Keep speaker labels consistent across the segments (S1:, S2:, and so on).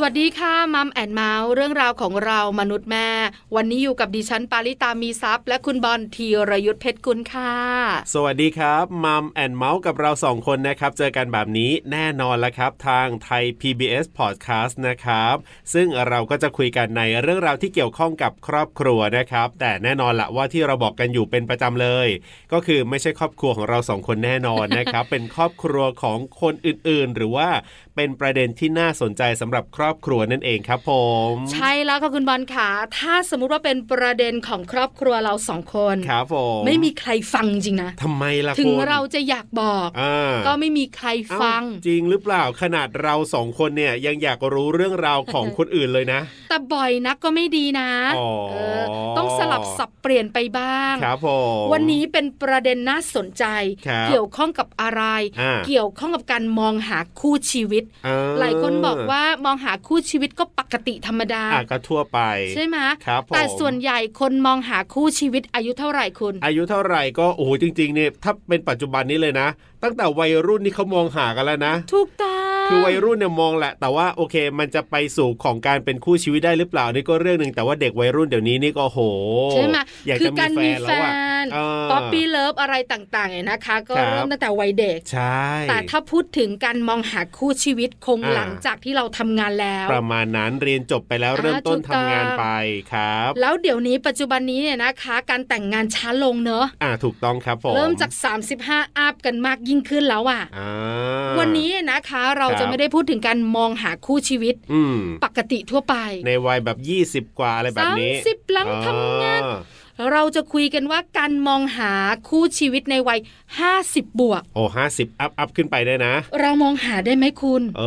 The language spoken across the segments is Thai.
S1: สวัสดีค่ะมัมแอนเมาส์เรื่องราวของเรามนุษย์แม่ วันนี้อยู่กับดิฉันปาริตามีซัพย์ และคุณบอลธีรยุทธเพชรกุลค่ะ
S2: สวัสดีครับมัมแอนเมาส์กับเราสองคนนะครับ เจอกันแบบนี้แน่นอนแล้วครับ ทางไทย PBS Podcast นะครับ ซึ่งเราก็จะคุยกันในเรื่องราวที่เกี่ยวข้องกับครอบครัวนะครับ แต่แน่นอนละว่าที่เราบอกกันอยู่เป็นประจำเลย ก็คือไม่ใช่ครอบครัวของเราสองคนแน่นอนนะครับ เป็นครอบครัวของคนอื่นๆ หรือว่าเป็นประเด็นที่น่าสนใจสำหรับครอบครัวนั่นเองครับผม
S1: ใช่แล้วค่ะคุณบอลค่ะถ้าสมมุติว่าเป็นประเด็นของครอบครัวเราสองคน
S2: ครับผม
S1: ไม่มีใครฟังจริงนะ
S2: ทำไมล่ะ
S1: ถึง
S2: คุณ
S1: เราจะอยากบอก
S2: อ่า
S1: ก็ไม่มีใคร
S2: เอ้า
S1: ฟัง
S2: จริงหรือเปล่าขนาดเราสองคนเนี่ยยังอยากรู้เรื่องราวของ คนอื่นเลยนะ
S1: แต่บ่อยนักก็ไม่ดีนะ
S2: อ๋อ
S1: เออต้องสลับสับเปลี่ยนไปบ้าง
S2: ครับผม
S1: วันนี้เป็นประเด็นน่าสนใจ
S2: ครับ
S1: เกี่ยวข้องกับอะไร
S2: อ่า
S1: เกี่ยวข้องกับการมองหาคู่ชีวิต
S2: เออ
S1: หลายคนบอกว่ามองหาคู่ชีวิตก็ปกติธรรมดา
S2: อ่ะก็ทั่วไป
S1: ใช่ไหม
S2: ครับผม
S1: แต่ส่วนใหญ่คนมองหาคู่ชีวิตอายุเท่าไหร่คุณ
S2: อายุเท่าไหร่ก็โอ้โหจริงๆเนี่ยถ้าเป็นปัจจุบันนี้เลยนะ ตั้งแต่วัยรุ่นนี่เขามองหากันแล้วนะ
S1: ถูกต้อง
S2: คือวัยรุ่นเนี่ยมองแหละ แต่ว่าโอเค มันจะไปสู่ของการเป็นคู่ชีวิตได้หรือเปล่านี่ก็เรื่องหนึ่งแต่ว่าเด็กวัยรุ่นเดี๋ยวนี้นี่ก็โอ้โห
S1: ใช่ไหม
S2: อยาก
S1: คื
S2: จะมี
S1: การ
S2: แฟ
S1: มี
S2: น
S1: แฟ
S2: แล้วอะ
S1: น
S2: เออ
S1: ป๊อปปี้เลิฟอะไรต่างๆเนี่ยนะคะ ก็
S2: ครับ
S1: เริ่มตั้งแต่วัยเด็ก
S2: ใช่
S1: แต่ถ้าพูดถึงการมองหาคู่ชีวิตคง
S2: อ่า
S1: หลังจากที่เราทำงานแล้ว
S2: ประมาณนั้นเรียนจบไปแล้ว
S1: อ่า
S2: เริ่มต้น
S1: ถูกต้
S2: ทำ
S1: อง
S2: งานไปครับ
S1: แล้วเดี๋ยวนี้ปัจจุบันนี้เนี่ยนะคะ การแต่งงานช้าลงเนอะ
S2: อ่าถูกต้องครับผม
S1: เริ่มจาก 35อัพกันมากยิ่งขึ้นแล้วอ่ะ
S2: อ่า
S1: วันนี้นะคะเรา
S2: ครับ
S1: จะไม่ได้พูดถึงการมองหาคู่ชีวิต
S2: อืม
S1: ปกติทั่วไป
S2: ในวัยแบบ 20 กว่าอะไรแบบนี้
S1: สามสิบหลังทำงาน
S2: อ๋อ
S1: เราจะคุยกันว่าการมองหาคู่ชีวิตในวัย 50 บวก
S2: โอ้ห้าสิบอัพอัพขึ้นไปได้นะ
S1: เรามองหาได้ไหมคุณ
S2: เอ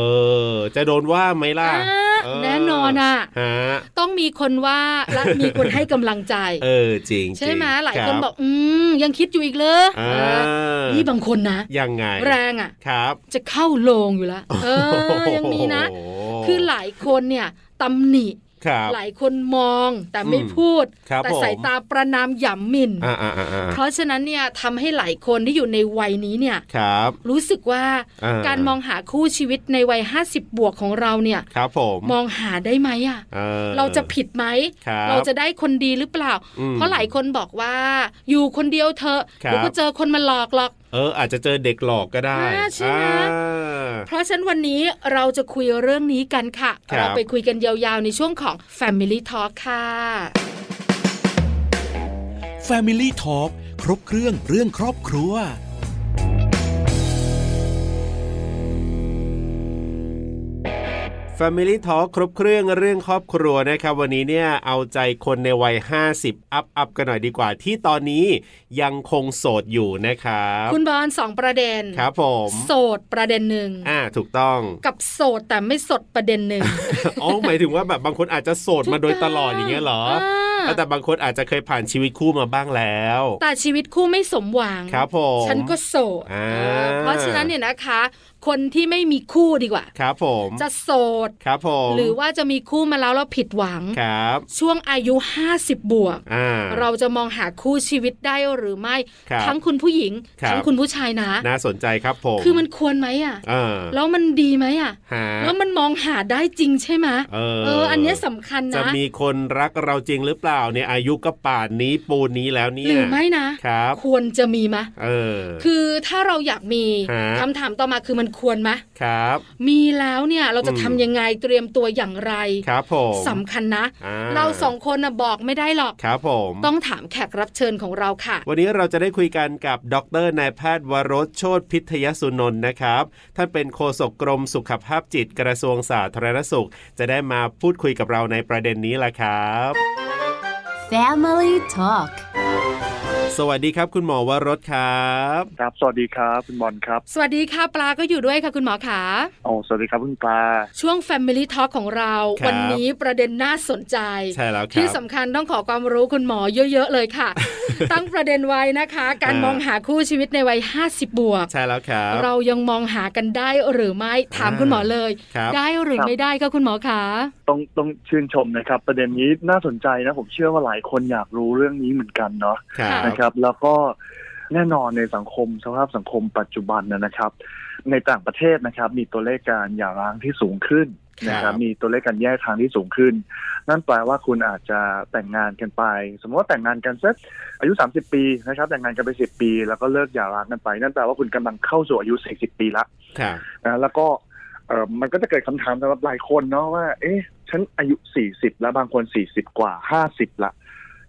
S2: อ จะโดนว่าไหมล่ะ
S1: อ่า
S2: เออ
S1: แน่นอนอ่ะ
S2: ฮะ
S1: ต้องมีคนว่าและมีคนให้กำลังใจ
S2: เออจริง
S1: ใช่ไหม
S2: จริง
S1: หลายคน
S2: รั
S1: บอกอืมยังคิดอยู่อีกเลย
S2: อ่า
S1: นี่บางคนนะ
S2: ยังไง
S1: แรงอ่ะ
S2: ครับ
S1: จะเข้าโลงอยู่แล้วเออยังมีนะ
S2: โอ้โห
S1: คือหลายคนเนี่ยตำหนิ
S2: ครับ
S1: หลายคนมองแต่ไม่
S2: อืม
S1: พูด
S2: ครับ
S1: แต่
S2: ผม
S1: สายตาประนามหยำหมิน่น
S2: อ่าอ่าอ่าอ่า
S1: เพราะฉะนั้นเนี่ยทำให้หลายคนที่อยู่ในวัยนี้เนี่ย
S2: ครับ
S1: รู้สึกว่า
S2: อ่า
S1: การมองหาคู่ชีวิตในวัย 50 บวกของเราเนี่ย
S2: ครับผม
S1: มองหาได้ไหมอะ
S2: ออ
S1: เราจะผิดไหม
S2: ครับ
S1: เราจะได้คนดีหรือเปล่า
S2: อืม
S1: เพราะหลายคนบอกว่า อยู่คนเดียวเธอะ
S2: ครับ
S1: เดี๋ยวก็เจอคนมาหลอกหรอก
S2: เอออาจจะเจอเด็กหลอกก็ได้
S1: อ่าใช่ไหม
S2: อ่า
S1: เพราะฉะนั้นวันนี้เราจะคุยเรื่องนี้กันค่ะ
S2: ครับ
S1: เราไปคุยกันยาวๆในช่วงของ Family Talk ค่ะ
S3: Family Talk ครบเครื่องเรื่องครอบครัว
S2: Family Talk ครบเครื่องเรื่องครอบครัวนะครับวันนี้เนี่ยเอาใจคนในวัย 50 อัพอัพกันหน่อยดีกว่า ที่ตอนนี้ยังคงโสดอยู่นะครับ
S1: คุณบอลสองประเด็น
S2: ครับผม
S1: โสดประเด็นหนึ่ง
S2: อ่าถูกต้อง
S1: กับโสดแต่ไม่สดประเด็นหนึ่ง
S2: อ๋อหมายถึงว่าแบบบางคนอาจจะโสดมาโดยตลอด
S1: ถูกต้อง
S2: อย่างเงี้ยเหรออา แต่บางคนอาจจะเคยผ่านชีวิตคู่มาบ้างแล้ว
S1: แต่ชีวิตคู่ไม่สมหวัง
S2: ครับผม
S1: ฉันก็โสด
S2: อ่า
S1: เออเพราะฉะนั้นเนี่ยนะคะ คนที่ไม่มีคู่ดีกว่า
S2: ครับผม
S1: จะโสด
S2: ครับผม
S1: หรือว่าจะมีคู่มาแล้วแล้วผิดหวัง
S2: ครับ
S1: ช่วงอายุ 50 บวก
S2: อ่า
S1: เราจะมองหาคู่ชีวิตได้หรือไม่
S2: ครับ
S1: ทั้งคุณผู้หญิง
S2: ครับ
S1: ทั้งคุณผู้ชายนะ
S2: น่าสนใจครับผม
S1: คือมันควรไหมอ่ะ
S2: เออ
S1: แล้วมันดีไหมอ่ะ
S2: ฮะ
S1: แล้วมันมองหาได้จริงใช่ไหม
S2: เออ
S1: อันเนี้ยสำคัญนะ
S2: จะมีคนรักเราจริงหรือเปล่าเนี่ยอายุก็ป่านนี้ปูนนี้แล้วเนี่ย
S1: หรือไม่นะ
S2: ครับ
S1: ควรจะมีไหม
S2: เออ
S1: คือถ้าเราอยากมี
S2: ฮะ
S1: คำถามต่อมาคือมันควรไหม
S2: ครับ
S1: มีแล้วเนี่ยเราจะ
S2: อืม
S1: ทำยังไงเตรียมตัวอย่างไร
S2: ครับผม
S1: สำคัญนะ
S2: อ่
S1: เราสองคนนะบอกไม่ได้หรอก
S2: ครับผม
S1: ต้องถามแขกรับเชิญของเราค่ะ
S2: วันนี้เราจะได้คุยกันกับดรนายแพทย์วรสโชตพิทยสุนนท์นะครับ ท่านเป็นโฆษกกรมสุขภาพจิตกระทรวงสาธารณสุข จะได้มาพูดคุยกับเราในประเด็นนี้ล่ะครับ
S4: Family Talk
S2: สวัสดีครับคุณหมอวรสครับ
S5: ครับ สวัสดีครับคุณบอลครับ
S1: สวัสดีค่ะปลาก็อยู่ด้วยค่ะคุณหมอขา
S5: โอ้สวัสดีครับคุณปลา
S1: ช่วง Family Talk ของเรา
S2: ครับ
S1: วันนี้ประเด็นน่าสนใจ
S2: ใช่แล้วครับ
S1: ที่สำคัญต้องขอความรู้คุณหมอเยอะ ๆ เลย ค่ะ ตั้งประเด็นไว้นะคะ การ
S2: อ่าม
S1: มองหาคู่ชีวิตในวัย 50 บวก
S2: ใช่แล้วครับ
S1: เรายังมองหากันได้หรือไม่ถาม
S2: อ่า
S1: คุณหมอเลย
S2: ครับ
S1: ได้หรือ
S5: ครับ
S1: ไม่ได้คะคุณหมอขา
S5: ต้องต้องชื่นชมนะครับ ประเด็นนี้น่าสนใจนะ ผมเชื่อว่าหลายคนอยากรู้เรื่องนี้เหมือนกันเนาะ
S2: ครับ
S5: นะครับ แล้วก็ แน่นอนในสังคมสภาพสังคมปัจจุบันนะนะครับ ในต่างประเทศนะครับ มีตัวเลขการหย่าร้างที่สูงขึ้นนะค
S2: ครั
S5: รับ บ มีตัวเลขการแยกทางที่สูงขึ้น นั่นแปลว่าคุณอาจจะแต่งงานกันไป สมมติว่าแต่งงานกันสักอายุ 30 ปีนะครับ แต่งงานกันไป 10 ปี แล้วก็เลิกหย่าร้างกันไป นั่นแปลว่าคุณกำลังเข้าสู่อายุ 40 ปีละ
S2: ครับ
S5: นะแล้วก็เอ่อมันก็จะเกิดคำถามสำหรับหลายคนเนาะว่า เอ๊ะ ฉันอายุสี่สิบแล้วบางคนสี่สิบกว่าห้าสิบละ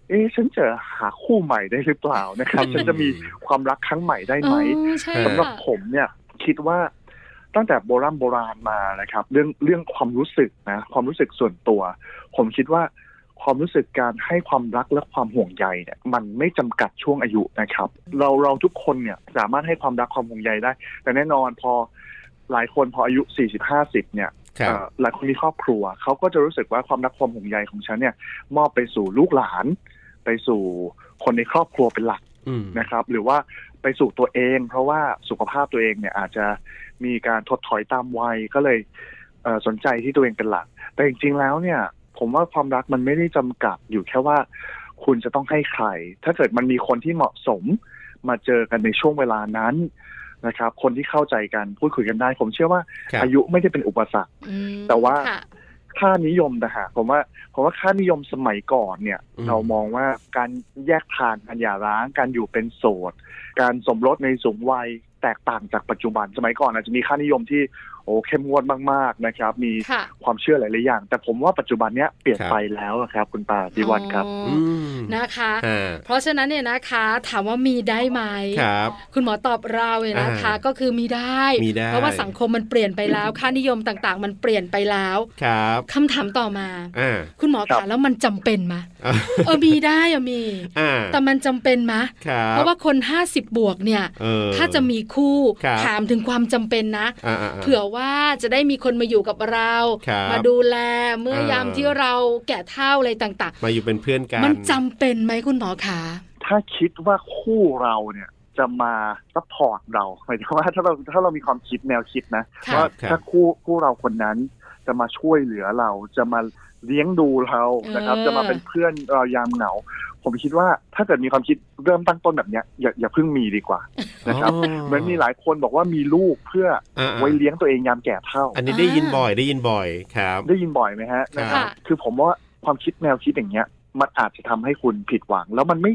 S5: เอ๊ะ ฉันจะหาคู่ใหม่ได้หรือเปล่านะครับ ฉันจะมีความรักครั้งใหม่ได้ไหม
S1: เออใช่
S5: สำหรับ
S1: ค่ะ
S5: ผมเนี่ยคิดว่าตั้งแต่โบราณโบราณมานะครับ เรื่องเรื่องความรู้สึกนะความรู้สึกส่วนตัว ผมคิดว่าความรู้สึกการให้ความรักและความห่วงใยเนี่ยมันไม่จำกัดช่วงอายุนะครับ เราเราทุกคนเนี่ยสามารถให้ความรักความห่วงใยได้ แต่แน่นอนพอหลายคนพออายุ 40-50เนี่ย
S2: ครับ
S5: เอ่อหลายคนมีครอบครัวเขาก็จะรู้สึกว่าความรักความห่วงใยของฉันเนี่ยมอบไปสู่ลูกหลาน ไปสู่คนในครอบครัวเป็นหลัก
S2: อืม
S5: นะครับ หรือว่าไปสู่ตัวเอง เพราะว่าสุขภาพตัวเองเนี่ยอาจจะมีการถดถอยตามวัยก็เลยเอ่อสนใจที่ตัวเองเป็นหลัก แต่จริงๆแล้วเนี่ย ผมว่าความรักมันไม่ได้จำกัดอยู่แค่ว่า คุณจะต้องให้ใคร ถ้าเกิดมันมีคนที่เหมาะสม มาเจอกันในช่วงเวลานั้นนะครับ คนที่เข้าใจกันพูดคุยกันได้ ผมเชื่อว่า
S2: ครับ
S5: อายุไม่ได้เป็นอุปสรรค
S1: อืม
S5: แต่ว่า
S1: ค่ะ
S5: ค่านิยมนะฮะผมว่าผมว่าค่านิยมสมัยก่อนเนี่ย
S2: อืม
S5: เรามองว่าการแยกทางการหย่าร้าง การอยู่เป็นโสด การสมรสในสูงวัยแตกต่างจากปัจจุบันสมัยก่อนอาจจะมีค่านิยมที่โอ้เข้มงวดมากๆนะครับ มี
S1: ค่ะ
S5: ความเชื่อหลายๆอย่าง แต่ผมว่าปัจจุบันเนี้ยเปลี่ยน
S2: ครับ
S5: ไปแล้วอะครับ คุณตาดิวันครับ
S1: อ๋อ
S2: อื
S1: อ
S2: ม
S1: นะคะ
S2: อ่า
S1: เพราะฉะนั้นเนี่ยนะคะ ถามว่ามีได้ไหม
S2: ครับ
S1: คุณหมอตอบเราเนี่ยนะคะ
S2: อ่า
S1: ก็คือมีได้
S2: มีได้
S1: เพราะว่าสังคมมันเปลี่ยนไปแล้ว ค่านิยมต่างๆ มันเปลี่ยนไปแล้ว
S2: ครับ
S1: คำถามต่อมา
S2: อ่า
S1: คุณหมอ
S5: ครั
S1: ขา
S5: บ
S1: แล้วมันจำเป็น มะ
S2: อ่า
S1: เออมีได้อะมี
S2: อ่า
S1: แต่มันจำเป็นมะ
S2: ครับ
S1: เพราะว่าคน 50 บวกเนี่ย
S2: เออ
S1: ถ้าจะมีคู่
S2: ครับ
S1: ถามถึงความจำเป็นนะ
S2: อ่าๆๆ
S1: เผื่อว่าจะได้มีคนมาอยู่กับเรา
S2: ครับ
S1: มาดูแลเมื่อ
S2: เออ
S1: ยามที่เราแก่เฒ่าอะไรต่าง
S2: มาอยู่เป็นเพื่อนกัน
S1: ๆ มันจำเป็นไหมคุณหมอขา
S5: ถ้าคิดว่าคู่เราเนี่ยจะมาซัพพอร์ตเราหมายถึงว่าถ้าเราถ้าเรามีความคิดแนวคิดนะ
S1: ค่ะ
S5: ว่า
S2: ครับ
S5: ถ้าคู่คู่เราคนนั้นจะมาช่วยเหลือเราจะมาเลี้ยงดูเรานะครับ จะมาเป็นเพื่อนเรายามเหงา ผมคิดว่าถ้าเกิดมีความคิดเริ่มตั้งต้นแบบเนี้ยอย่าอย่าเพิ่งมีดีกว่านะครับ
S2: อ๋อ
S5: เหมือนมีหลายคนบอกว่ามีลูกเพื่อ
S2: อ่าๆ
S5: ไว้เลี้ยงตัวเองยามแก่เฒ่า
S2: อันนี้ได้ยินบ่อยได้ยินบ่อยครับ
S5: ได้ยินบ่อยไหมฮะ
S2: ครับ
S5: นะครั
S1: ค่ะ
S5: บคือผมว่าความคิดแนวคิดอย่างเงี้ย มันอาจจะทำให้คุณผิดหวัง แล้วมันไม่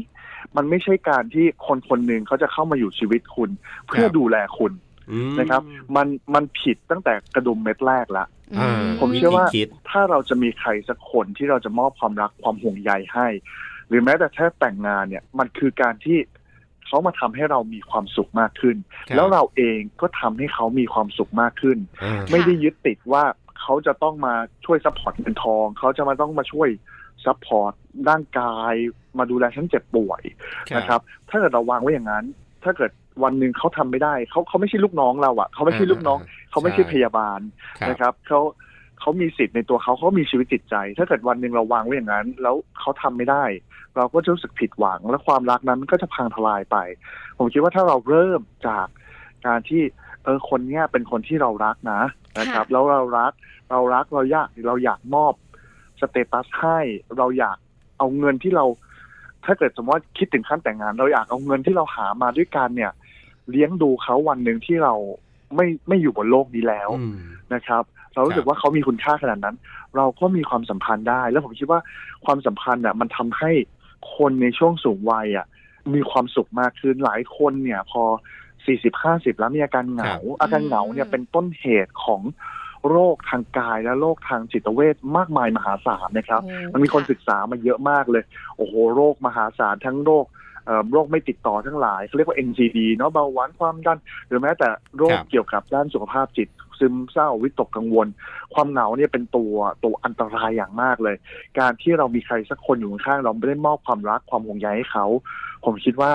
S5: มันไม่ใช่การที่คนคนหนึ่งเขาจะเข้ามาอยู่ชีวิตคุณ เพื่อดูแลคุณ
S2: อืม
S5: นะครับ มันมันผิดตั้งแต่กระดุมเม็ดแรกละ
S2: อ่า
S5: ผมเชื่อว่า
S2: ธีคิด
S5: ถ้าเราจะมีใครสักคนที่เราจะมอบความรักความห่วงใยให้ หรือแม้แต่แค่แต่งงานเนี่ย มันคือการที่เขามาทำให้เรามีความสุขมากขึ้น
S2: ครับ
S5: แล้วเราเองก็ทำให้เขามีความสุขมากขึ้น
S2: อ่า
S5: ไม่ได้ยึดติดว่าเขาจะต้องมาช่วยซัพพอร์ตเงินทอง เขาจะมาต้องมาช่วยซัพพอร์ตร่างกาย มาดูแลฉันเจ็บป่วยนะครับ ถ้าเกิดเราวางไว้อย่างนั้น ถ้าเกิดวันหนึ่งเขาทำไม่ได้ เขาเขาไม่ใช่ลูกน้องเราอะเขาไม่ใช่ลูกน้อง เขาไม่ใช่
S2: ใช่
S5: พยาบาล
S2: ครับ
S5: นะครับเขาเขามีสิทธิ์ในตัวเขาเขามีชีวิตจิตใจ ถ้าเกิดวันหนึ่งเราวางไว้อย่างนั้น แล้วเขาทำไม่ได้ เราก็จะรู้สึกผิดหวัง และความรักนั้นมันก็จะพังทลายไป ผมคิดว่าถ้าเราเริ่มจากการที่เออคนเนี้ยเป็นคนที่เรารักนะนะครับ
S1: ค่ะ
S5: แล้วเรารักเรารักเราอยากเราอยากมอบสเตตัสให้เราอยากเอาเงินที่เรา ถ้าเกิดสมมติว่าคิดถึงขั้นแต่งงาน เราอยากเอาเงินที่เราหามาด้วยกันเนี่ย เลี้ยงดูเขาวันหนึ่งที่เราไม่ไม่อยู่บนโลกนี้แล้ว
S2: อืม
S5: นะครับเรารู้สึ
S2: ครั
S5: ก
S2: บ
S5: ว่าเขามีคุณค่าขนาดนั้น เราก็มีความสัมพันธ์ได้ แล้วผมคิดว่าความสัมพันธ์อ่ะมันทำให้คนในช่วงสูงวัยอ่ะมีความสุขมากขึ้นหลายคนเนี่ย พอสี่สิบห้าสิบแล้วมีอาการเหงา อาการเหงาเนี่ยเป็นต้นเหตุของโรคทางกายและโรคทางจิตเวชมากมายมหาศาลนะครับ
S1: โอ้
S5: มันมีคน
S1: ค่ะ
S5: ศึกษามาเยอะมากเลย โอ้โห โรคมหาศาลทั้งโรคเอ่อโรคไม่ติดต่อทั้งหลายเขาเรียกว่า NCD เนาะเบาหวานความดัน หรือแม้แต่โร
S2: ค
S5: ค
S2: รับ
S5: เกี่ยวกับด้านสุขภาพจิต ซึมเศร้าวิตกกังวล ความเหงาเนี่ยเป็นตัวตัวอันตรายอย่างมากเลย การที่เรามีใครสักคนอยู่ข้างๆเราไม่ได้มอบความรักความห่วงใยให้เขา ผมคิดว่า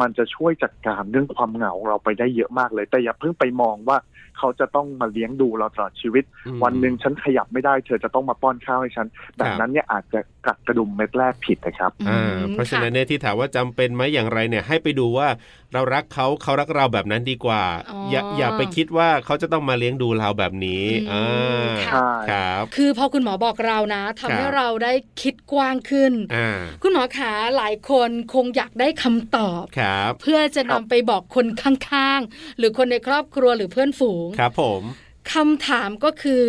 S5: มันจะช่วยจัดการเรื่องความเหงาเราไปได้เยอะมากเลย แต่อย่าเพิ่งไปมองว่าเขาจะต้องมาเลี้ยงดูเราตลอดชีวิต
S2: อืม
S5: วันหนึ่งฉันขยับไม่ได้เธอจะต้องมาป้อนข้าวให้ฉัน
S2: ค
S5: แบ
S2: รับ บ
S5: นั้นเนี่ยอาจจะกัดกระดุมเม็ดแรกผิดนะครับ
S2: อ่า
S1: อืม
S2: เพราะฉะ
S1: ค่
S2: นั้นเนี่ยที่ถามว่าจำเป็นไหมอย่างไรเนี่ยให้ไปดูว่าเรารักเขาเขารักเราแบบนั้นดีกว่า
S1: อ๋ออย่
S2: อาอย่าไปคิดว่าเขาจะต้องมาเลี้ยงดูเราแบบนี้
S1: อื
S2: อ่าม
S1: ค่ะ
S5: ใช่
S2: ครับ
S1: คือพอคุณหมอบอกเรานะทำ
S2: ครับ
S1: ให้เราได้คิดกว้างขึ้น
S2: อ่า
S1: คุณหมอขาหลายคนคงอยากได้คำตอบ
S2: คร ครับ
S1: เพื่อจะนำไปบอกคนข้างๆ หรือคนในครอบครัวหรือเพื่อนฝูง
S2: ครับผม
S1: คำถามก็คือ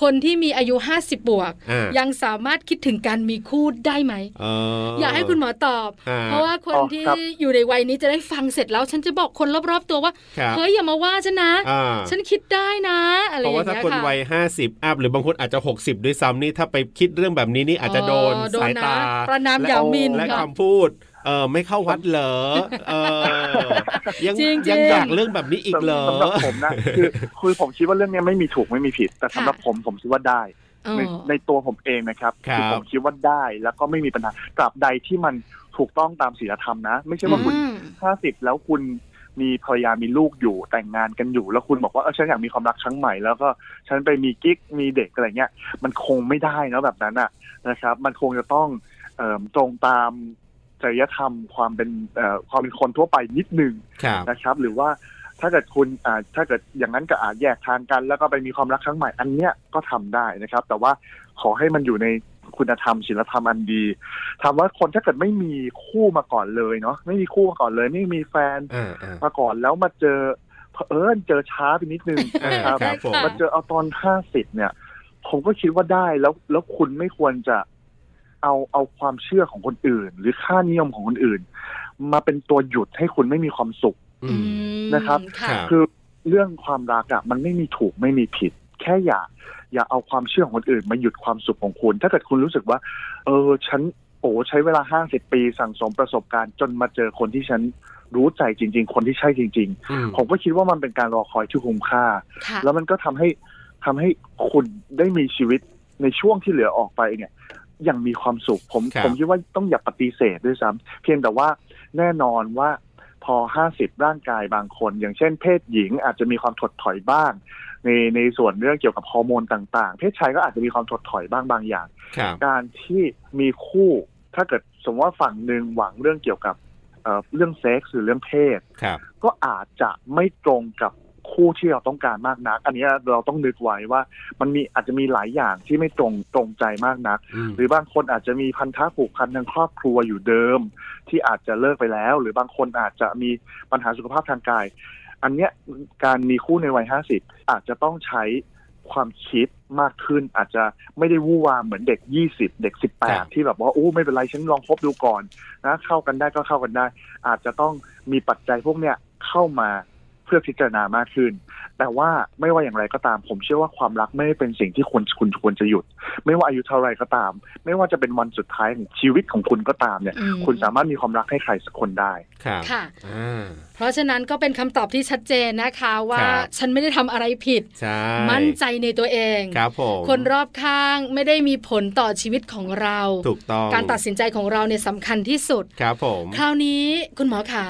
S1: คนที่มีอายุ 50 บวก
S2: อ่า
S1: ยังสามารถคิดถึงการมีคู่ได้ไหม
S2: เออ
S1: อ
S2: อ
S1: ยากให้คุณหมอตอบ
S2: อ่า
S1: เพราะว่าคน
S5: อ๋อ
S1: ที่
S5: ครับ
S1: อยู่ในวัยนี้จะได้ฟังเสร็จแล้ว ฉันจะบอกคนรอบๆตัวว่า
S2: ครับ
S1: เฮ้ยอย่ามาว่าฉันนะ
S2: อ่า
S1: ฉันคิดได้นะอะไร
S2: เพ
S1: อย่า
S2: ราะ
S1: ง
S2: ว่า
S1: เงี้
S2: ถ้าย คน
S1: ค่ะ
S2: วัย50อัพหรือบางคนอาจจะ 60 ด้วยซ้ำนี่ถ้าไปคิดเรื่องแบบนี้นี่อาจจะโดน
S1: เออ
S2: สาย
S1: นะ
S2: ตา
S1: ประนาม
S2: และ
S1: หยามหมิน
S2: และ
S1: ค่ะ
S2: คำพูดเออไม่เข้าวัดเหรอเอ อยัง
S1: จริงๆ
S2: ยังอยากเรื่องแบบนี้อีกเหรอ
S5: สำหรับผม นะคือคือผมคิดว่าเรื่องเนี้ยไม่มีถูกไม่มีผิด แต่
S1: ค่ะ
S5: สำหรับผมผมคิดว่าได้
S1: อ๋อ
S5: ในในตัวผมเองนะครับ
S2: ครับ
S5: ผมคิดว่าได้แล้วก็ไม่มีปัญหาตราบใดที่มันถูกต้องตามศีลธรรมนะ ไม่ใช่ว่าคุณ
S1: อืม
S5: ห้าสิบแล้วคุณมีภรรยามีลูกอยู่แต่งงานกันอยู่ แล้วคุณบอกว่าเออฉันอยากมีความรักครั้งใหม่แล้วก็ฉันไปมีกิ๊กมีเด็กอะไรเงี้ยมันคงไม่ได้เนอะแบบนั้นน่ะนะครับ มันคงจะต้องเอ่อตรงตามจริยธรรมความเป็นเอ่อความเป็นคนทั่วไปนิดหนึ่ง
S2: ครับ
S5: นะครับหรือว่าถ้าเกิดคุณอ่าถ้าเกิดอย่างนั้นก็อาจแยกทางกัน แล้วก็ไปมีความรักครั้งใหม่อันเนี้ยก็ทำได้นะครับ แต่ว่าขอให้มันอยู่ในคุณธรรมศีลธรรมอันดีถามว่าคนถ้าเกิดไม่มีคู่มาก่อนเลยเนาะไม่มีคู่มาก่อนเลย ไม่มีแฟน
S2: อ่าอ่า
S5: มาก่อนแล้วมาเจอเผอิญเจอช้าไปนิดนึง
S2: อ่า
S5: นะครับ
S2: ครับผม
S5: มาเจอเอาตอนห้าสิบเนี่ย ผมก็คิดว่าได้แล้วแล้วคุณไม่ควรจะเอาเอาความเชื่อของคนอื่น หรือค่านิยมของคนอื่น มาเป็นตัวหยุดให้คุณไม่มีความสุข
S2: อื
S1: อื
S2: ม
S1: ม
S5: นะครับ
S1: ค่ะ
S2: ครับ
S5: คือเรื่องความรักอะมันไม่มีถูกไม่มีผิด แค่อย่าอย่าเอาความเชื่อของคนอื่น มาหยุดความสุขของคุณ ถ้าเกิดคุณรู้สึกว่า เออฉันโอ้ใช้เวลาห้าสิบปีสั่งสมประสบการณ์ จนมาเจอคนที่ฉันรู้ใจจริง ๆ คนที่ใช่จริง
S2: อืม
S5: ๆ ผมก็คิดว่ามันเป็นการรอคอยที่คุ้มค่า
S1: ค่ะ
S5: แล้วมันก็ทำให้ทำให้คุณได้มีชีวิตในช่วงที่เหลือออกไปเนี่ยอย่างมีความสุขผม
S2: ครับ
S5: ผมคิดว่าต้องอย่าปฏิเสธด้วยซ้ำเพียงแต่ว่าแน่นอนว่าพอห้าสิบร่างกายบางคน อย่างเช่นเพศหญิงอาจจะมีความถดถอยบ้าง ในในส่วนเรื่องเกี่ยวกับฮอร์โมนต่างๆ เพศชายก็อาจจะมีความถดถอยบ้างบางอย่าง
S2: ครับ
S5: การที่มีคู่ถ้าเกิดสมมติว่าฝั่งหนึ่งหวังเรื่องเกี่ยวกับเอ่อเรื่องเซ็กส์หรือเรื่องเพศ
S2: ครับ
S5: ก็อาจจะไม่ตรงกับคู่ที่เราต้องการมากนัก อันนี้เราต้องนึกไว้ว่ามันมีอาจจะมีหลายอย่างที่ไม่ตรงตรงใจมากนัก
S2: อืม
S5: หรือบางคนอาจจะมีพันธะผูกพันทางครอบครัวอยู่เดิม ที่อาจจะเลิกไปแล้ว หรือบางคนอาจจะมีปัญหาสุขภาพทางกาย อันเนี้ยการมีคู่ในวัยห้าสิบอาจจะต้องใช้ความคิดมากขึ้น อาจจะไม่ได้วู่วามเหมือนเด็กยี่สิบเด็กสิบแป
S2: ครั
S5: ด
S2: บ
S5: ที่แบบว่าโอ้ไม่เป็นไรฉันลองคบดูก่อนนะเข้ากันได้ก็เข้ากันได้ อาจจะต้องมีปัจจัยพวกเนี้ยเข้ามาเพื่อพิจารณามากขึ้น แต่ว่าไม่ว่าอย่างไรก็ตาม ผมเชื่อว่าความรักไม่ได้เป็นสิ่งที่ควรคุณควรจะหยุด ไม่ว่าอายุเท่าไหรก็ตาม ไม่ว่าจะเป็นวันสุดท้ายของชีวิตของคุณก็ตามเนี่ย
S1: อืม
S5: คุณสามารถมีความรักให้ใครสักคนได้
S2: ครับ
S1: ค่ะ
S2: อ่า
S1: เพราะฉะนั้นก็เป็นคำตอบที่ชัดเจนนะคะว่า
S2: ครับ
S1: ฉันไม่ได้ทำอะไรผิด
S2: ใช่
S1: มั่นใจในตัวเอง
S2: ครับผม
S1: คนรอบข้างไม่ได้มีผลต่อชีวิตของเรา
S2: ถูกต้อง
S1: การตัดสินใจของเราเนี่ยสำคัญที่สุด
S2: ครับผม
S1: คราวนี้คุณหมอขา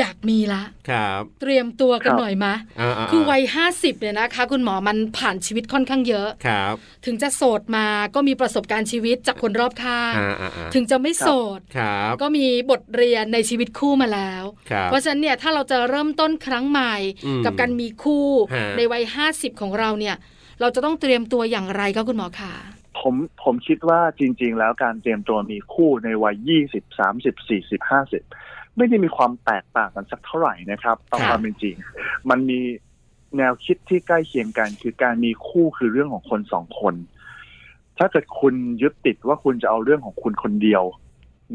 S1: อยากมีละ
S2: ครับ
S1: เตรียมตัวกัน
S5: ครับ
S1: หน่อยมะ
S2: อ่าๆๆ
S1: คือวัย50เนี่ยนะคะ คุณหมอมันผ่านชีวิตค่อนข้างเยอะ
S2: ครับ
S1: ถึงจะโสดมาก็มีประสบการณ์ชีวิตจากคนรอบข้าง
S2: อ่าอ่าๆๆ
S1: ถึงจะไม่โสด
S2: ครับ
S1: ก็มีบทเรียนในชีวิตคู่มาแล้ว
S2: ครับ
S1: เพราะฉะนั้นเนี่ยถ้าเราจะเริ่มต้นครั้งใหม่
S2: อืม
S1: กับการมีคู่
S2: ฮะ
S1: ในวัย 50 ของเราเนี่ย เราจะต้องเตรียมตัวอย่างไรคะคุณหมอขา
S5: ผมผมคิดว่าจริง ๆ แล้วการเตรียมตัวมีคู่ในวัยยี่สิบสามสิบสี่สิบห้าสิบไม่ได้มีความแตกต่างกันสักเท่าไหร่นะครับตามความเป็นจริง มันมีแนวคิดที่ใกล้เคียงกัน คือการมีคู่คือเรื่องของคนสองคน ถ้าเกิดคุณยึดติดว่าคุณจะเอาเรื่องของคุณคนเดียว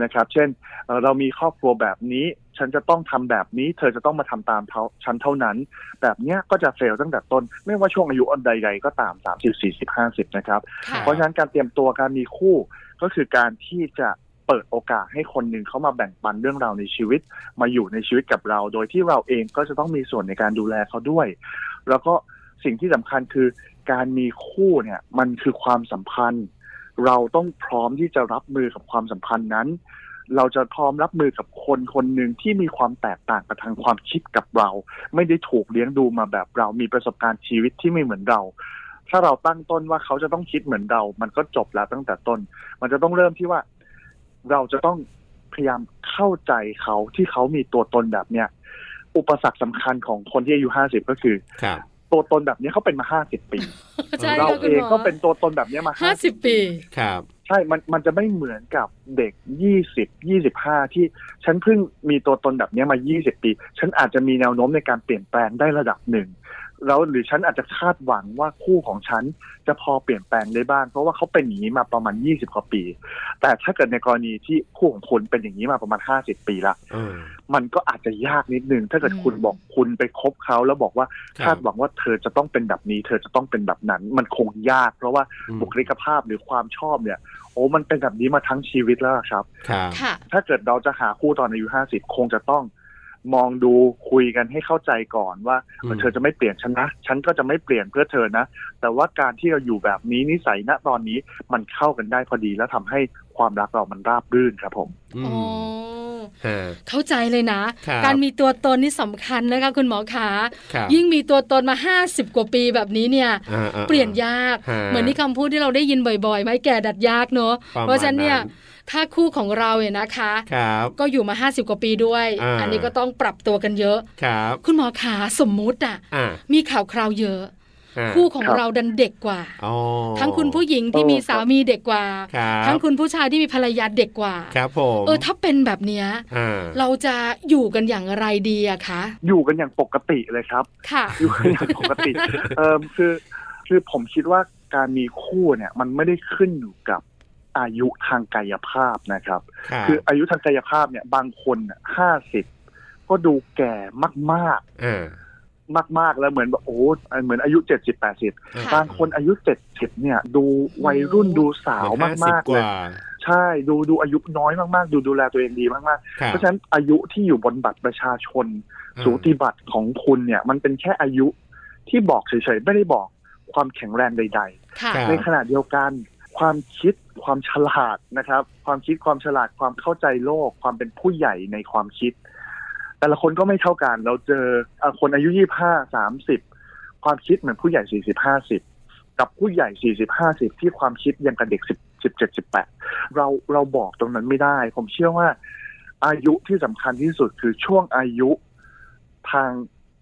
S5: นะครับ เช่นเอ่อเรามีครอบครัวแบบนี้ ฉันจะต้องทำแบบนี้ เธอจะต้องมาทำตามเท่าฉันเท่านั้น แบบเนี้ยก็จะเฟลตั้งแต่ต้น ไม่ว่าช่วงอายุอันใดๆก็ตามสามสิบสี่สิบห้าสิบนะครับ
S1: ค่ะ
S5: เพราะฉะนั้นการเตรียมตัวการมีคู่ก็คือการที่จะเปิดโอกาสให้คนหนึ่งเขามาแบ่งปันเรื่องราวในชีวิต มาอยู่ในชีวิตกับเรา โดยที่เราเองก็จะต้องมีส่วนในการดูแลเขาด้วย แล้วก็สิ่งที่สำคัญคือการมีคู่เนี่ยมันคือความสัมพันธ์ เราต้องพร้อมที่จะรับมือกับความสัมพันธ์นั้น เราจะพร้อมรับมือกับคนคนหนึ่งที่มีความแตกต่างกับทางความคิดกับเรา ไม่ได้ถูกเลี้ยงดูมาแบบเรามีประสบการณ์ชีวิตที่ไม่เหมือนเรา ถ้าเราตั้งต้นว่าเขาจะต้องคิดเหมือนเรา มันก็จบแล้วตั้งแต่ต้น มันจะต้องเริ่มที่ว่า เราจะต้องพยายามเข้าใจเขาที่เขามีตัวตนแบบเนี้ย อุปสรรคสำคัญของคนที่อายุห้าสิบก็คือ
S2: ครับ
S5: ตัวตนแบบเนี้ยเขาเป็นมาห้าสิบปี
S1: ใช่
S5: เรา
S1: ค่ะคุณ
S5: เอ
S1: ห
S5: ง
S1: มอ
S5: ก็เป็นตัวตนแบบเนี้ยมา
S1: ห้าสิบปี
S2: ครับ
S5: ช่มันมันจะไม่เหมือนกับเด็กยี่สิบยี่สิบห้าที่ฉันเพิ่งมีตัวตนแบบเนี้ยมายี่สิบปี ฉันอาจจะมีแนวโน้มในการเปลี่ยนแปลงได้ระดับหนึ่ง แล้วหรือฉันอาจจะคาดหวังว่าคู่ของฉันจะพอเปลี่ยนแปลงได้บ้าง เพราะว่าเขาเป็นอย่างนี้มาประมาณยี่สิบกว่าปี แต่ถ้าเกิดในกรณีที่คู่ของคุณเป็นอย่างนี้มาประมาณห้าสิบปีละ
S2: เออ
S5: มันก็อาจจะยากนิดนึง ถ้าเกิด
S1: อืม
S5: คุณบอกคุณไปคบเขาแล้วบอกว่า
S2: ครับ
S5: คาดหวังว่าเธอจะต้องเป็นแบบนี้ เธอจะต้องเป็นแบบนั้น มันคงยาก เพราะว่า
S2: อืม
S5: บุคลิกภาพหรือความชอบเนี่ย โอ้มันเป็นแบบนี้มาทั้งชีวิตแล้วครับ
S2: ครับ
S1: ค่ะ
S5: ถ้าเกิดเราจะหาคู่ตอนอายุห้าสิบคงจะต้องมองดูคุยกันให้เข้าใจก่อนว่า
S2: อืม
S5: เธอจะไม่เปลี่ยนฉันนะ ฉันก็จะไม่เปลี่ยนเพื่อเธอนะ แต่ว่าการที่เราอยู่แบบนี้นิสัยณตอนนี้มันเข้ากันได้พอดีแล้วทำให้ความรักเรามันราบรื่นครับผม
S2: อืม
S1: อ๋อ
S2: ฮะ
S1: เข้าใจเลยนะ
S2: ครับ
S1: การมีตัวตนนี่สำคัญนะคะคุณหมอขา
S2: ครับ
S1: ยิ่งมีตัวตนมา 50 กว่าปีแบบนี้เนี่ย
S2: อ่าอ่า
S1: เปลี่ยนยาก
S2: ฮะ
S1: เหมือนที่คำพูดที่เราได้ยินบ่อยๆ ไม่แก่ดัดยากเนอะ
S2: ประมาณ
S1: เพราะฉะนั้นเนี่ย
S2: นั้น
S1: ถ้าคู่ของเราเนี่ยนะคะ
S2: ครับ
S1: ก็อยู่มา 50 กว่าปีด้วย
S2: อ่า
S1: อันนี้ก็ต้องปรับตัวกันเยอะ
S2: ครับ
S1: คุณหมอขาสมมุติอ่ะ
S2: อ่า
S1: มีข่าวคราวเยอะ
S2: อ่า
S1: คู่ของ
S5: ครับ
S1: เราดันเด็กกว่า
S2: อ๋อ
S1: ทั้งคุณผู้หญิงที่มีสามีเด็กกว่า
S2: ครับ
S1: ทั้งคุณผู้ชายที่มีภรรยาเด็กกว่า
S2: ครับผม
S1: เออถ้าเป็นแบบเนี้ย
S2: อ่า
S1: เราจะอยู่กันอย่างไรดีอะคะ
S5: อยู่กันอย่างปกติเลยครับ
S1: ค่ะ
S5: อยู่กันอย่างปกติ เออคือคือผมคิดว่าการมีคู่เนี่ยมันไม่ได้ขึ้นอยู่กับอายุทางกายภาพนะครับ
S2: ครับ
S5: คืออายุทางกายภาพเนี่ยบางคนห้าสิบก็ดูแก่มาก
S2: อ่า
S5: ๆ มาก ๆ แล้วเหมือนแบบโอ้เหมือนอายุเจ็ดสิบแปดสิบ
S1: ค่ะ
S5: บางคนอายุเจ็ดสิบเนี่ย ดูวัยรุ่นดูสาว
S2: เหมือนห้สิบ
S5: มากๆ
S2: ก
S5: เลย
S2: ว่า
S5: ใช่ดูดูอายุน้อยมากๆ ดูดูแลตัวเองดีมาก
S2: ค
S5: ๆ
S2: รับ
S5: เพราะฉะนั้นอายุที่อยู่บนบัตรประชาชน
S2: อ่า
S5: สูติบัตรของคุณเนี่ยมันเป็นแค่อายุที่บอกเฉยๆ ไม่ได้บอกความแข็งแรงใด
S1: ค่ะ
S2: ครับ
S5: ๆ ในขณะเดียวกัน ความคิดความฉลาดนะครับ ความคิดความฉลาดความเข้าใจโลก ความเป็นผู้ใหญ่ในความคิด แต่ละคนก็ไม่เท่ากัน เราเจอเอ่อคนอายุยี่ห้าสามสิบความคิดเหมือนผู้ใหญ่สี่สิบห้าสิบกับผู้ใหญ่สี่สิบห้าสิบที่ความคิดยังกับเด็กสิบสิบเจ็ดสิบแปดเราเราบอกตรงนั้นไม่ได้ ผมเชื่อว่า อายุที่สำคัญที่สุดคือช่วงอายุทาง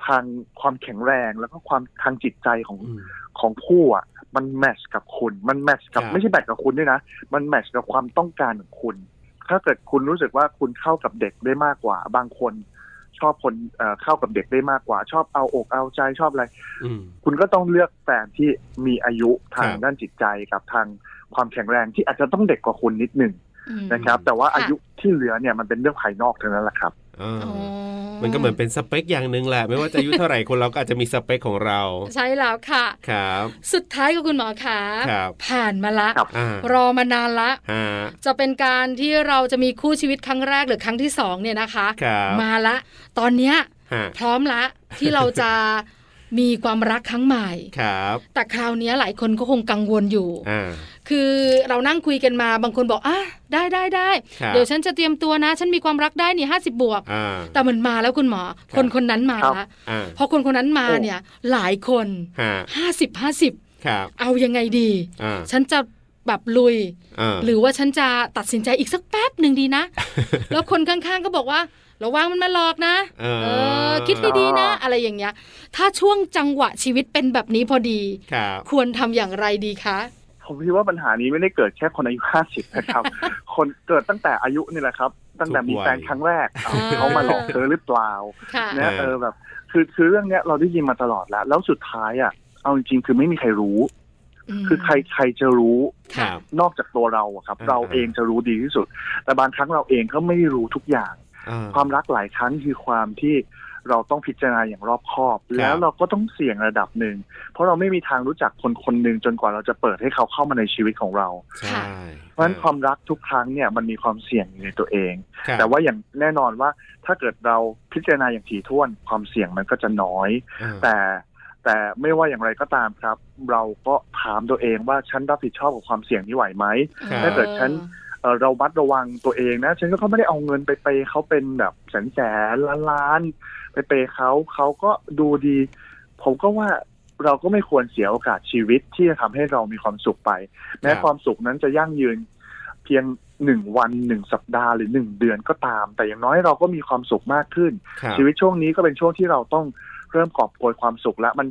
S5: ทางความแข็งแรงแล้วก็ความทางจิตใจของ
S2: อืม
S5: ของคู่อ่ะมันแมทชกับคุณ มันแมทชกับ
S2: ครับ
S5: ไม่ใช่แมทชกับคุณด้วยนะ มันแมทชกับความต้องการของคุณ ถ้าเกิดคุณรู้สึกว่าคุณเข้ากับเด็กได้มากกว่า บางคน ชอบคนเอ่อเข้ากับเด็กได้มากกว่า ชอบเอาอกเอาใจชอบอะไร
S2: อืม
S5: คุณก็ต้องเลือกแฟนที่มีอายุทาง
S2: ครับ
S5: ด้านจิตใจกับทางความแข็งแรงที่อาจจะต้องเด็กกว่าคุณนิดหนึ่ง
S1: อืม
S5: นะครับ แต่ว่า
S1: ค่ะ
S5: อายุที่เหลือเนี่ยมันเป็นเรื่องภายนอกเท่านั้นแหละครับ
S2: อ่า
S1: อ๋อ
S2: มันก็เหมือนเป็นสเปคอย่างหนึ่งแหละ ไม่ว่าจะอายุเท่าไหร่คนเราก็อาจจะมีสเปคของเรา
S1: ใช่แล้วค่ะ
S2: ครับ
S1: สุดท้ายกับคุณหมอขา
S2: ครับ
S1: ผ่านมาละ
S5: ครับ
S2: อ่าร
S1: อมานานละ
S2: ฮะ
S1: จะเป็นการที่เราจะมีคู่ชีวิตครั้งแรกหรือครั้งที่สองเนี่ยนะคะ
S2: ครับ
S1: มาละ ตอนเนี้ย
S2: ฮะ
S1: พร้อมละ ที่เราจะมีความรักครั้งใหม่
S2: ครับ
S1: แต่คราวเนี้ยหลายคนก็คงกังวลอยู่
S2: อ่า
S1: คือเรานั่งคุยกันมาบางคนบอกอ่ะได้ได้ได้
S2: ครับ
S1: เดี๋ยวฉันจะเตรียมตัวนะ ฉันมีความรักได้นี่ห้าสิบบวก
S2: อ่า
S1: แต่มันมาแล้วคุณหมอ
S2: ค
S1: ครับ นคนนั้นมา
S5: ครับ
S1: ละ
S2: อ่า
S1: พอคนคนนั้นมา
S5: โอ้
S1: เนี่ย หลายคน
S2: ฮะ
S1: ห้าสิบห้าสิบ
S2: ครับ
S1: เอายังไงดี
S2: อ่า
S1: ฉันจะแบบลุย
S2: อ่า
S1: หรือว่าฉันจะตัดสินใจอีกสักแป๊บหนึ่งดี นะ แล้วคนข้างๆก็บอกว่าระวังมันมาหลอกนะ
S2: เอ
S1: เอ
S2: อ
S1: อ คิดดีๆนะ อะไรอย่างเงี้ย ถ้าช่วงจังหวะชีวิตเป็นแบบนี้พอดี
S2: ครับ
S1: ควรทำอย่างไรดีคะ
S5: ผมคิดว่าปัญหานี้ไม่ได้เกิดแค่คนอายุห้าสิบนะครับ คนเกิดตั้งแต่อายุนี่แหละครับ ตั้งแต่มีแฟนครั้งแรกเอา
S1: อ่า
S5: เขามาหลอกเธอหรือเปล่า
S1: ค่ะ
S5: เนี่ย
S2: เอ
S5: เอ
S2: อ
S5: อแบบ คือคือเรื่องเนี้ยเราได้ยินมาตลอดแล้ว แล้วสุดท้ายอ่ะเอาจริงๆคือไม่มีใครรู้ คือใครใครจะรู้
S2: ครับ
S5: นอกจากตัวเราอะครับ
S2: อ่า
S5: เราเองจะรู้ดีที่สุด แต่บางครั้งเราเองก็ไม่ได้รู้ทุกอย่าง
S2: อ่
S5: ความรักหลายครั้งคือความที่เราต้องพิจารณาอย่างรอบคอบ
S2: ครับ
S5: แล้วเราก็ต้องเสี่ยงระดับหนึ่งเพราะเราไม่มีทางรู้จักคนคนหนึ่งจนกว่าเราจะเปิดให้เขาเข้ามาในชีวิตของเรา
S2: ใช่
S5: เพราะฉะนั้นความรักทุกครั้งเนี่ยมันมีความเสี่ยงอยู่ในตัวเอง
S2: ครับ
S5: แต่ว่าอย่างแน่นอนว่าถ้าเกิดเราพิจารณาอย่างถี่ถ้วน ความเสี่ยงมันก็จะน้อย
S2: อ่า
S5: แต่แต่ไม่ว่าอย่างไรก็ตามครับ เราก็ถามตัวเองว่าฉันรับผิดชอบกับความเสี่ยงนี้ไหวไหม
S2: ครับ
S5: ถ้าเกิดฉัน เอ่อเราบัดระวังตัวเองนะ ฉันก็เขาไม่ได้เอาเงินไปเปย์เขาเป็นแบบแสนแสนล้านล้านไปเปย์เขาเขาก็ดูดี ผมก็ว่าเราก็ไม่ควรเสียโอกาสชีวิตที่จะทำให้เรามีความสุขไป แม้
S2: ครับ
S5: ความสุขนั้นจะยั่งยืนเพียงหนึ่งวันหนึ่งสัปดาห์หรือหนึ่งเดือนก็ตาม แต่อย่างน้อยเราก็มีความสุขมากขึ้น
S2: ครับ
S5: ชีวิตช่วงนี้ก็เป็นช่วงที่เราต้องเริ่มกอบโกยความสุขแล้วมัน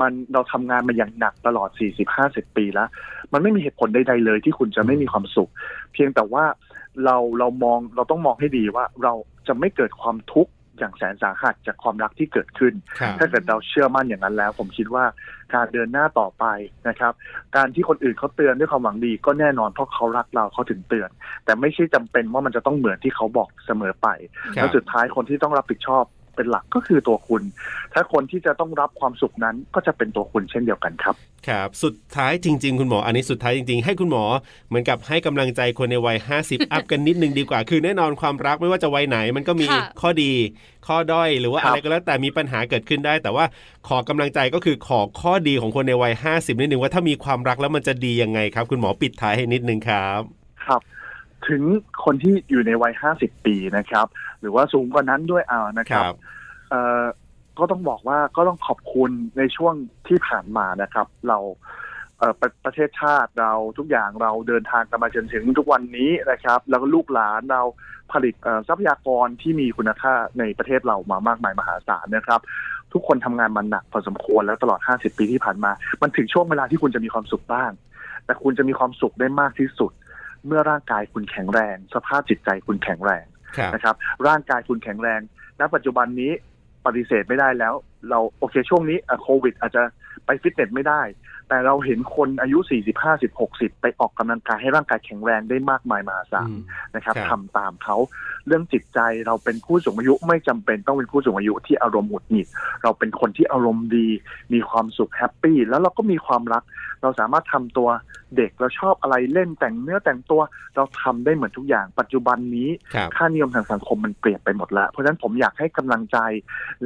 S5: มันเราทำงานมาอย่างหนักตลอด 40-50 ปีแล้ว มันไม่มีเหตุผลใดๆเลยที่คุณจะไม่มีความสุข เพียงแต่ว่าเราเรามองเราต้องมองให้ดีว่าเราจะไม่เกิดความทุกข์อย่างแสนสาหัสจากความรักที่เกิดขึ้น
S2: ครับ
S5: ถ้าเกิดเราเชื่อมั่นอย่างนั้นแล้ว ผมคิดว่าการเดินหน้าต่อไปนะครับ การที่คนอื่นเขาเตือนด้วยความหวังดีก็แน่นอนเพราะเขารักเราเขาถึงเตือน แต่ไม่ใช่จำเป็นว่ามันจะต้องเหมือนที่เขาบอกเสมอไป
S2: ครั
S5: แล้
S2: บ
S5: วสุดท้ายคนที่ต้องรับผิดชอบเป็นหลักก็คือตัวคุณ ถ้าคนที่จะต้องรับความสุขนั้นก็จะเป็นตัวคุณเช่นเดียวกันครับ
S2: ครับ สุดท้ายจริง ๆ คุณหมอ อันนี้สุดท้ายจริง ๆ ให้คุณหมอเหมือนกับให้กำลังใจคนในวัย 50 อัพกันนิดนึงดีกว่า คือแน่นอนความรักไม่ว่าจะวัยไหน มันก็มี
S1: ค่ะ
S2: ข้อดี ข้อด้อยหรือว่า
S5: ครับ
S2: อะไรก็แล้วแต่มีปัญหาเกิดขึ้นได้ แต่ว่าขอกำลังใจก็คือขอข้อดีของคนในวัย 50นิดนึงว่าถ้ามีความรักแล้วมันจะดียังไงครับ คุณหมอปิดท้ายให้นิดนึงครับ
S5: ครับ ถึงคนที่อยู่ในวัย 50 ปีนะครับ หรือว่าสูงกว่านั้นด้วยเอานะครับ เอ่อก็ต้องบอกว่าก็ต้องขอบคุณในช่วงที่ผ่านมานะครับ เราเอ่อประประเทศชาติเราทุกอย่างเราเดินทางกันมาจนถึงทุกวันนี้นะครับ แล้วก็ลูกหลานเราผลิตเอ่อทรัพยากรที่มีคุณค่าในประเทศเรามามากมายมหาศาลนะครับ ทุกคนทำงานมันหนักพอสมควรแล้วตลอด 50 ปีที่ผ่านมา มันถึงช่วงเวลาที่คุณจะมีความสุขบ้าง แต่คุณจะมีความสุขได้มากที่สุด เมื่อร่างกายคุณแข็งแรง สภาพจิตใจคุณแข็งแรง
S2: ครับ
S5: นะครับร่างกายคุณแข็งแรง ณ ปัจจุบันนี้ปฏิเสธไม่ได้แล้ว เราโอเคช่วงนี้อ่ะโควิดอาจจะไปฟิตเนสไม่ได้ แต่เราเห็นคนอายุ 40 50 60 ไปออกกำลังกายให้ร่างกายแข็งแรงได้มากมายมหาศาลนะครับ
S2: ครับ
S5: ทำตามเขาเรื่องจิตใจเราเป็นผู้สูงอายุไม่จำเป็นต้องเป็นผู้สูงอายุที่อารมณ์หงุดหงิด เราเป็นคนที่อารมณ์ดี มีความสุขแฮปปี้แล้วเราก็มีความรัก เราสามารถทำตัวเด็กเราชอบอะไรเล่นแต่งเนื้อแต่งตัวเราทำได้เหมือนทุกอย่าง ปัจจุบันนี้
S2: ครับ
S5: ค่านิยมทางสังคมมันเปลี่ยนไปหมดแล้ว เพราะฉะนั้นผมอยากให้กำลังใจ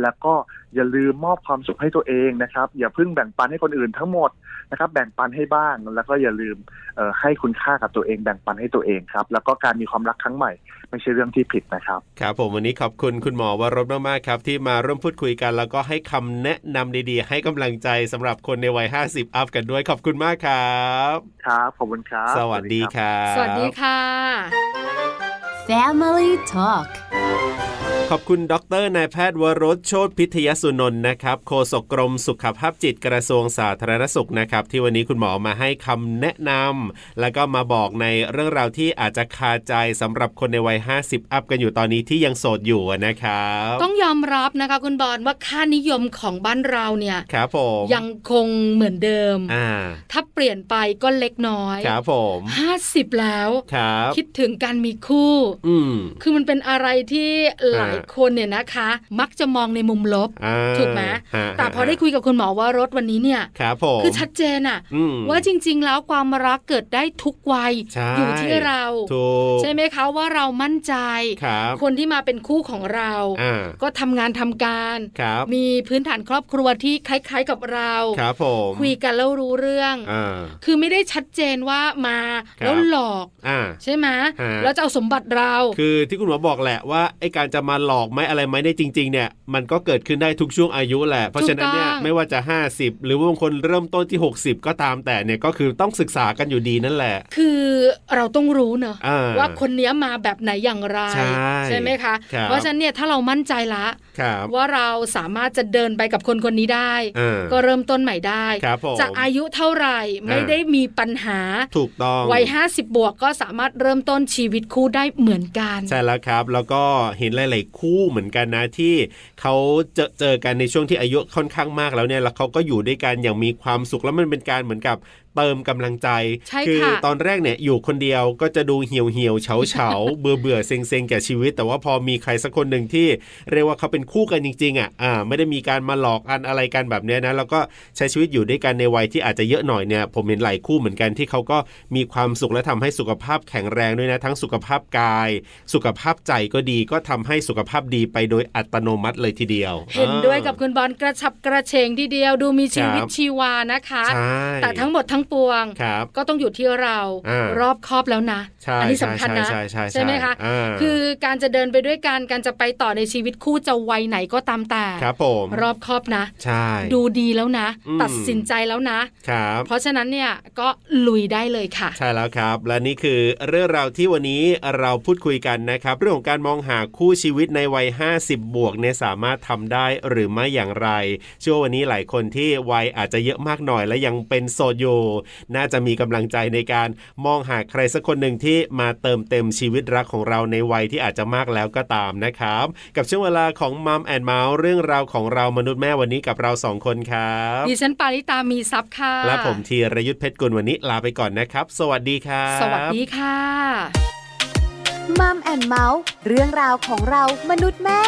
S5: แล้วก็อย่าลืมมอบความสุขให้ตัวเองนะครับ อย่าเพิ่งแบ่งปันให้คนอื่นทั้งหมดนะครับ แบ่งปันให้บ้าง แล้วก็อย่าลืมเอ่อให้คุณค่ากับตัวเอง แบ่งปันให้ตัวเองครับ แล้วก็การมีความรักครั้งใหม่ ไม่ใช่เรื่องที่ผิดนะครับ
S2: ครับผมวันนี้ขอบคุณคุณหมอวรบมากๆครับ ที่มาร่วมพูดคุยกัน แล้วก็ให้คำแนะนำดีๆ ให้กำลังใจสำหรับคนในวัย 50 อัพกันด้วยขอบคุณมากครับ
S5: ครับขอบคุณครับ
S2: สวัสดีครับ
S1: สวัสดีค่ะ
S4: Family Talk
S2: ขอบคุณดรนายแพทย์วรสโชติพิทยสุนนท์นะครับโฆษกกรมสุขภาพจิตกระทรวงสาธารณสุขนะครับ ที่วันนี้คุณหมอมาให้คำแนะนำแล้วก็มาบอกในเรื่องราวที่อาจจะคาใจสำหรับคนในวัย 50 อัพกันอยู่ตอนนี้ที่ยังโสดอยู่นะครับ
S1: ต้องยอมรับนะคะคุณบอลว่าค่านิยมของบ้านเราเนี่ย
S2: ครับผม
S1: ยังคงเหมือนเดิม
S2: อ่า
S1: ถ้าเปลี่ยนไปก็เล็กน้อย
S2: ครับผม
S1: ห้าสิบแล้ว
S2: ครับ
S1: คิดถึงการมีคู่
S2: อืม
S1: คือมันเป็นอะไรที่หลาย
S2: อ่า
S1: คนเนี่ยนะคะ มักจะมองในมุมลบ
S2: อ่า
S1: ถูกไหม
S2: ฮะ
S1: แต่พอได้คุยกับคุณหมอว่ารถวันนี้เนี่ย
S2: ครับผม
S1: คือชัดเจนอะ
S2: อืม
S1: ว่าจริง ๆ แล้วความรักเกิดได้ทุกวัย
S2: ใช่
S1: อยู่ที่เรา
S2: ถูก
S1: ใช่ไหมคะว่าเรามั่นใจ
S2: ครับ
S1: คนที่มาเป็นคู่ของเรา
S2: อ่า
S1: ก็ทำงานทำการ
S2: ครับ
S1: มีพื้นฐานครอบครัวที่คล้าย ๆ กับเรา
S2: ครับผม
S1: คุยกันแล้วรู้เรื่อง
S2: อ่า
S1: คือไม่ได้ชัดเจนว่ามา
S2: ครับ
S1: แล้วหลอก
S2: อ่า
S1: ใช่ไหม
S2: ฮะ
S1: แล้วจะเอาสมบัติเรา
S2: คือที่คุณหมอบอกแหละว่าไอการจะมาหลอกไหมอะไรไหมในยจริง ๆ เนี่ย มันก็เกิดขึ้นได้ทุกช่วงอายุแหละ เพราะฉะนั้นเนี่ย
S1: ถูกต้อง
S2: ไม่ว่าจะ 50 หรือว่าบางคนเริ่มต้นที่ 60 ก็ตามแต่เนี่ยก็คือต้องศึกษากันอยู่ดีนั่นแหละ
S1: คือเราต้องรู้เนอะ
S2: อ่า
S1: ว่าคนเนี้ยมาแบบไหนอย่างไร
S2: ใช่
S1: ไหมคะ
S2: ครับ
S1: เพราะฉะนั้นเนี่ยถ้าเรามั่นใจละ
S2: ครับ
S1: ว่าเราสามารถจะเดินไปกับคนคนนี้ได้
S2: อ่า
S1: ก็เริ่มต้นใหม่ได้
S2: ครับผม
S1: จากอายุเท่าไหร่ไม่
S2: อ่า
S1: ได้มีปัญหา
S2: ถูกต้อง
S1: วัย 50 บวกก็สามารถเริ่มต้นชีวิตคู่ได้เหมือนกัน
S2: ใช่แล้วครับ แล้วก็เห็นหลาย ๆ คู่เหมือนกันนะที่เขาเจอเจอกันในช่วงที่อายุค่อนข้างมากแล้วเนี่ยแล้วเขาก็อยู่ด้วยกันอย่างมีความสุขแล้วมันเป็นการเหมือนกับเติมกำลังใจ
S1: ใช่
S2: คือ
S1: ค่ะ
S2: ตอนแรกเนี่ยอยู่คนเดียวก็จะดูเหี่ยวเหี่ยวเฉาเฉาๆ เบื่อเบื่อเซ็งเซ็งแก่ชีวิต แต่ว่าพอมีใครสักคนหนึ่งที่เรียกว่าเขาเป็นคู่กันจริง ๆ อ่ะอ่าไม่ได้มีการมาหลอกอันอะไรกันแบบเนี้ยนะแล้วก็ใช้ชีวิตอยู่ด้วยกันในวัยที่อาจจะเยอะหน่อยเนี่ยผมเห็นหลายคู่เหมือนกันที่เขาก็มีความสุขและทำให้สุขภาพแข็งแรงด้วยนะทั้งสุขภาพกาย สุขภาพใจก็ดีก็ทำให้สุขภาพดีไปโดยอัตโนมัติเลยทีเดียว
S1: เห็นด้วย
S2: อ่า
S1: กับคุณบอลกระชับกระเฉงทีเดียวดูมีชีวิต
S2: ครับ
S1: ชีวานะคะ
S2: ใช่
S1: แต่ทั้งหมดทั้ง งปวง
S2: ครับ
S1: ก็ต้องอยู่ที่เรา
S2: อ่าร
S1: อบครอบแล้วนะ
S2: ใช่ใช่
S1: นี้สำคัญนะ
S2: ใช่ใช่ใช่
S1: ไหมคะ
S2: อ่า
S1: คือการจะเดินไปด้วยกันการจะไปต่อในชีวิตคู่จะวัยไหนก็ตามแต่
S2: ครับผม
S1: รอบครอบนะ
S2: ใช่
S1: ดูดีแล้วนะ
S2: อืม
S1: ตัดสินใจแล้วนะ
S2: ครับ
S1: เพราะฉะนั้นเนี่ยก็ลุยได้เลยค่ะ
S2: ใช่แล้วครับ และนี่คือเรื่องราวที่วันนี้เราพูดคุยกันนะครับ เรื่องของการมองหาคู่ชีวิตในวัย 50 บวกเนี่ยสามารถทำได้หรือไม่อย่างไร เชื่อว่าวันนี้หลายคนที่วัยอาจจะเยอะมากหน่อย และยังเป็นโสดอยู่น่าจะมีกำลังใจในการมองหาใครสักคนหนึ่งที่มาเติมเต็มชีวิตรักของเราในวัยที่อาจจะมากแล้วก็ตามนะครับ กับช่วงเวลาของมัมแอนเมาส์เรื่องราวของเรามนุษย์แม่วันนี้กับเราสองคนครับ
S1: ดิฉันปาริตามีซับค่ะ
S2: และผมธีรยุทธเพชรกุลวันนี้ลาไปก่อนนะครับ สวัสดีครับ
S1: สวัสดีค่ะ
S4: มัมแอนเมาส์เรื่องราวของเรามนุษย์แม่